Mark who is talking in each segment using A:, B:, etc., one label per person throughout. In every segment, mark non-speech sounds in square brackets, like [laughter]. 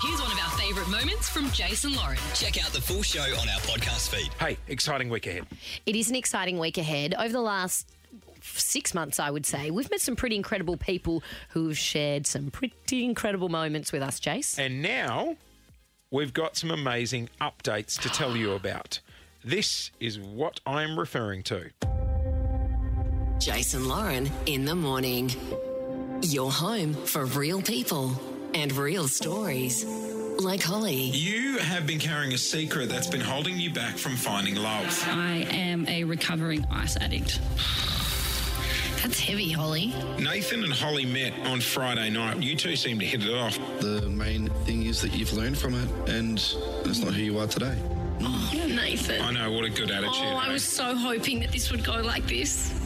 A: Here's one of our favourite moments from Jason Lauren.
B: Check out the full show on our podcast feed.
C: Hey, exciting week ahead.
D: It is an exciting week ahead. Over the last six months, I would say, we've met some pretty incredible people who've shared some pretty incredible moments with us, Jace.
C: And now we've got some amazing updates to tell you about. This is what I'm referring to.
A: Jason Lauren in the morning. Your home for real people and real stories. Like Holly,
E: You have been carrying a secret that's been holding you back from finding love.
F: I am a recovering ice addict.
G: That's heavy, Holly.
E: Nathan and Holly met on Friday night. You two seem to hit it off.
H: The main thing is that you've learned from it, and that's not who you are today.
G: Nathan.
E: I know what a good attitude.
G: Oh, I
E: eh?
G: was so hoping that this would go like this.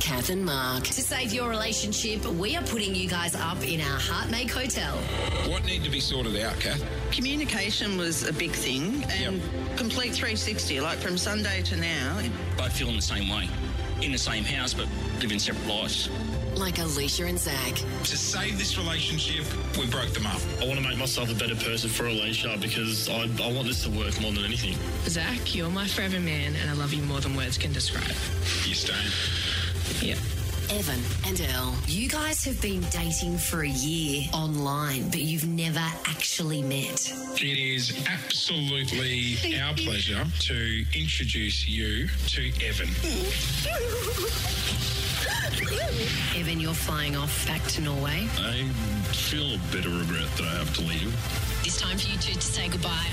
A: Kath and Mark.
I: To save your relationship, we are putting you guys up in our Heartmake Hotel.
E: What need to be sorted out, Kath?
J: Communication was a big thing and complete 360, like from Sunday to now.
K: both feeling the same way, in the same house but living separate lives.
A: Like Alicia and Zach.
E: To save this relationship, we broke them up. Oh,
K: I want to make myself a better person for Alicia because I, I want this to work more than anything.
G: Zach, you're my forever man, and I love you more than words can describe.
E: You staying?
G: Yeah.
A: Evan and Earl.
I: You guys have been dating for a year online, but you've never actually met.
E: It is absolutely our pleasure to introduce you to Evan.
I: Evan, you're flying off back to Norway.
K: I feel a bit of regret that I have to leave.
I: It's time for you two to say goodbye.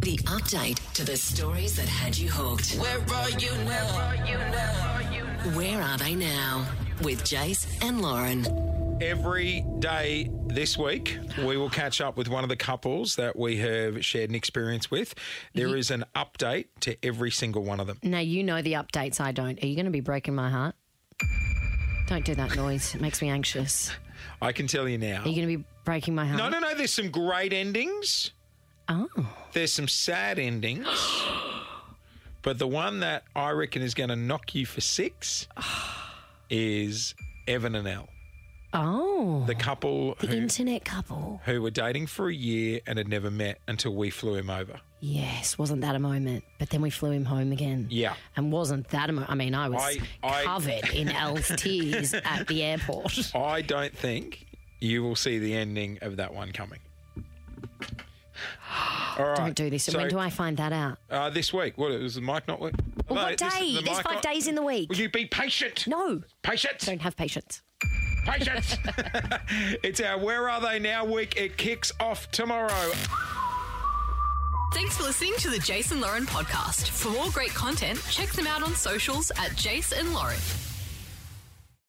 A: The update to the stories that had you hooked. Where are you now? Where are they now? With Jace and Lauren.
C: Every day this week, we will catch up with one of the couples that we have shared an experience with. There is an update to every single one of them.
D: Now, you know the updates, I don't. Are you going to be breaking my heart? Don't do that noise. It makes me anxious.
C: I can tell you now.
D: Are you going to be breaking my heart?
C: No, no, no. There's some great endings.
D: Oh.
C: There's some sad
D: [gasps]
C: endings. but the one that I reckon is going to knock you for
D: [sighs]
C: six is Evan and Elle,
D: Oh.
C: the couple
D: The
C: who,
D: internet couple.
C: who were dating for a year and had never met until we flew him over.
D: Yes, wasn't that a moment? But then we flew him home again.
C: Yeah.
D: And wasn't that a moment? I mean, I was
C: I- I-
D: covered
C: [laughs]
D: in Elle's tears at the airport.
C: I don't think you will see the ending of that one
D: [gasps]
C: coming. All right.
D: Don't do this.
C: So,
D: when do I find that out?
C: Uh, this week. What, was the mic not work?
D: Well,
C: No,
D: what
C: this-
D: day?
C: the
D: There's
C: mic
D: five
C: not-
D: days in the week.
C: Will you be patient?
D: No,
C: Patient.
D: don't have patience. [laughs]
C: Patience. [laughs] it's our Where Are They Now week. It kicks off tomorrow.
A: Thanks for listening to the Jason Lauren podcast. For more great content, check them out on socials at Jason Lauren.